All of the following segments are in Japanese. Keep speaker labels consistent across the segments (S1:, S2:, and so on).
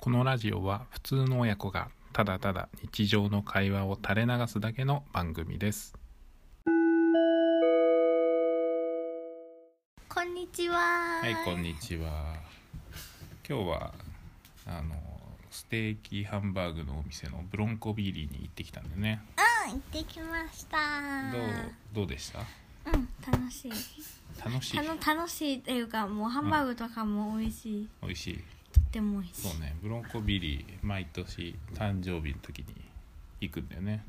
S1: このラジオは普通の親子がただただ日常の会話を垂れ流すだけの番組です
S2: こんにちは。
S1: はいこんにちは今日はあのステーキハンバーグのお店のブロンコビーリーに行ってきたんでね
S2: うん、行ってきました。
S1: どうどうでした
S2: うん、楽しい。
S1: 楽しい
S2: たの楽しいっていうか、もうハンバーグとかも美味しい。
S1: 美味しい
S2: とっても美味しい。
S1: そうねブロンコビーリー毎年誕生日の時に行くんだよね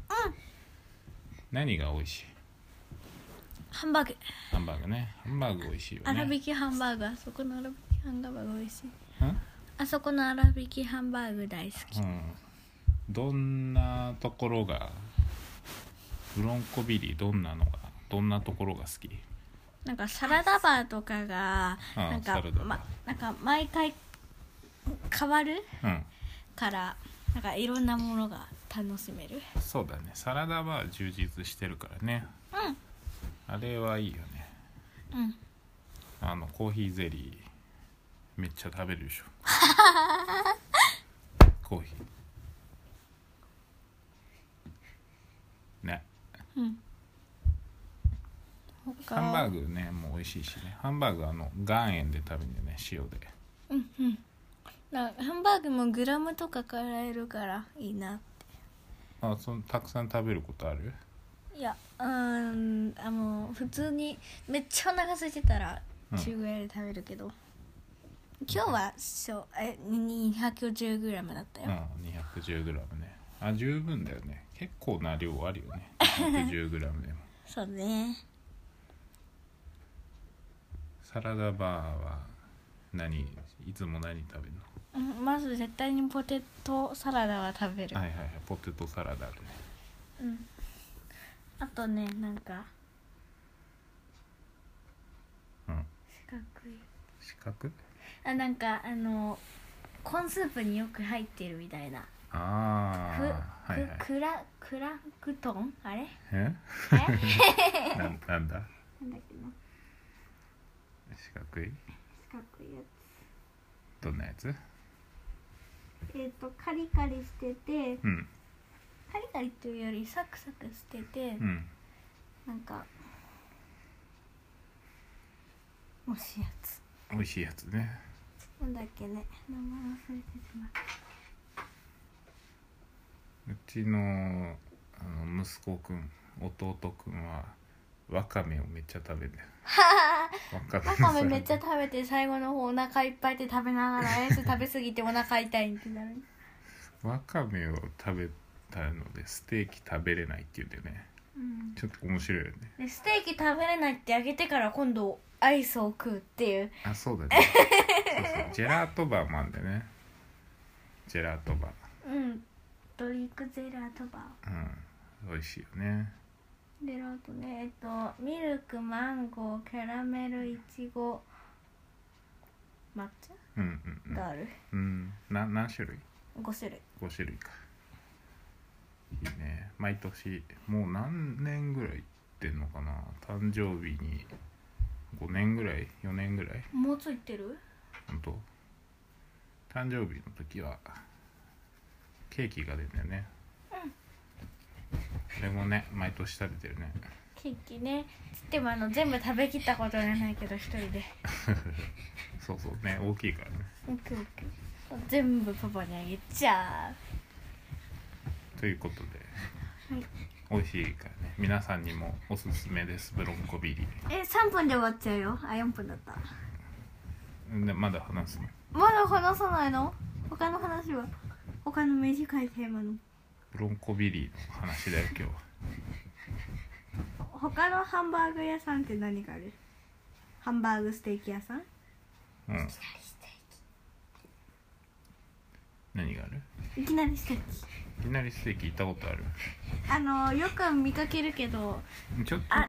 S1: 何が美味しい
S2: ハンバーグ、
S1: ハンバーグねハンバーグ美味しいよね
S2: 粗挽きハンバーグ、あそこの粗挽きハンバーグ美味しい。
S1: うん
S2: あそこの粗挽きハンバーグ大好き。
S1: うん、どんなところがブロンコビリーどんなのがどんなところが好き
S2: なんかサラダバーとかが、
S1: うん
S2: なん
S1: サ
S2: か
S1: ラダバー、
S2: ま、なんか毎回変わる
S1: うん
S2: から、なんかいろんなものが楽しめる。
S1: そうだねサラダバー充実してるからねあれはいいよね
S2: うん、うん。
S1: あのコーヒーゼリーめっちゃ食べるでしょコーヒーね
S2: うん。
S1: ハンバ
S2: グ。
S1: ーグねもう美味しいしねハンバーグあの岩塩で食べるんだよね塩で
S2: うんうん。なハンバーグもグラムとかからえるからいいな。
S1: あそのたくさん食べることある
S2: いや、うーん、あの普通にめっちゃお腹空いてたら
S1: うん
S2: 中ぐらいで食べるけど、今日はそうえ二百十グラムだったよ。
S1: うん 210g ねあ十分だよね結構な量あるよね 210g でも
S2: そうね。
S1: サラダバーは何いつも何食べるの
S2: うんまず絶対にポテトサラダは食べる。
S1: はいはいはいポテトサラダあるね
S2: うん。あとねなんか
S1: うん
S2: 四角い。
S1: 四角
S2: あなんかあのコーンスープによく入ってるみたいなく
S1: ああはいはい
S2: くクラクランクトンあれ
S1: え
S2: え
S1: ななんだ
S2: なんだっけな
S1: 四角い
S2: 四角いや
S1: どんなやつ
S2: つえっ、とカリカリしてて
S1: うん
S2: カリカリっていうよりサクサクしてて、
S1: うん
S2: なんかもしいやつ
S1: 美味しいやつね
S2: なんだっけね名前忘れてしまった
S1: うちのあの息子くん弟くんはわかめをめっちゃ食べてわか
S2: わかめめっちゃ食べて最後の方お腹いっぱいで食べながらアイス食べ過ぎてお腹痛いってなる
S1: わかめを食べたのでステーキ食べれないっていうんでね
S2: うん
S1: ちょっと面白いよね
S2: でステーキ食べれないってあげてから今度アイスを食うっていう
S1: あそうだねそうそうジェラートバーもあんだよねジェラートバ
S2: うんドリンクゼラーとか
S1: ーうん美味しいよね
S2: であとねえっとミルクマンゴーキャラメルいちご抹
S1: うんう
S2: 茶
S1: ん
S2: がある、
S1: うん、うん、な何種類
S2: 5種類
S1: ?5 種類かいいね毎年もう何年ぐらい行ってんのかな誕生日に5年ぐらい4年ぐらい
S2: もうついてる
S1: 本当誕生日の時はケーキが出るんだよねうんそれもね毎年食べてるね
S2: ケーキねつってもあの全部食べきったことはないけど一人で
S1: そうそうね大きいからね
S2: オッケーオッケー全部パパにあげちゃう
S1: ということで、
S2: はい
S1: 美味しいからね皆さんにもおすすめですブロンコビリ
S2: え三3分で終わっちゃうよあ4分だった
S1: ーでまだ話すの
S2: まだ話さないの他の話は他の短いテーマの
S1: ブロンコビリーの話だよ今日は
S2: 他のハンバーグ屋さんって何があるハンバーグステーキ屋さん
S1: うん何がある
S2: いきなりステーキ
S1: いきなりステーキ行ったことある
S2: あのよく見かけるけど
S1: ちょっと
S2: あ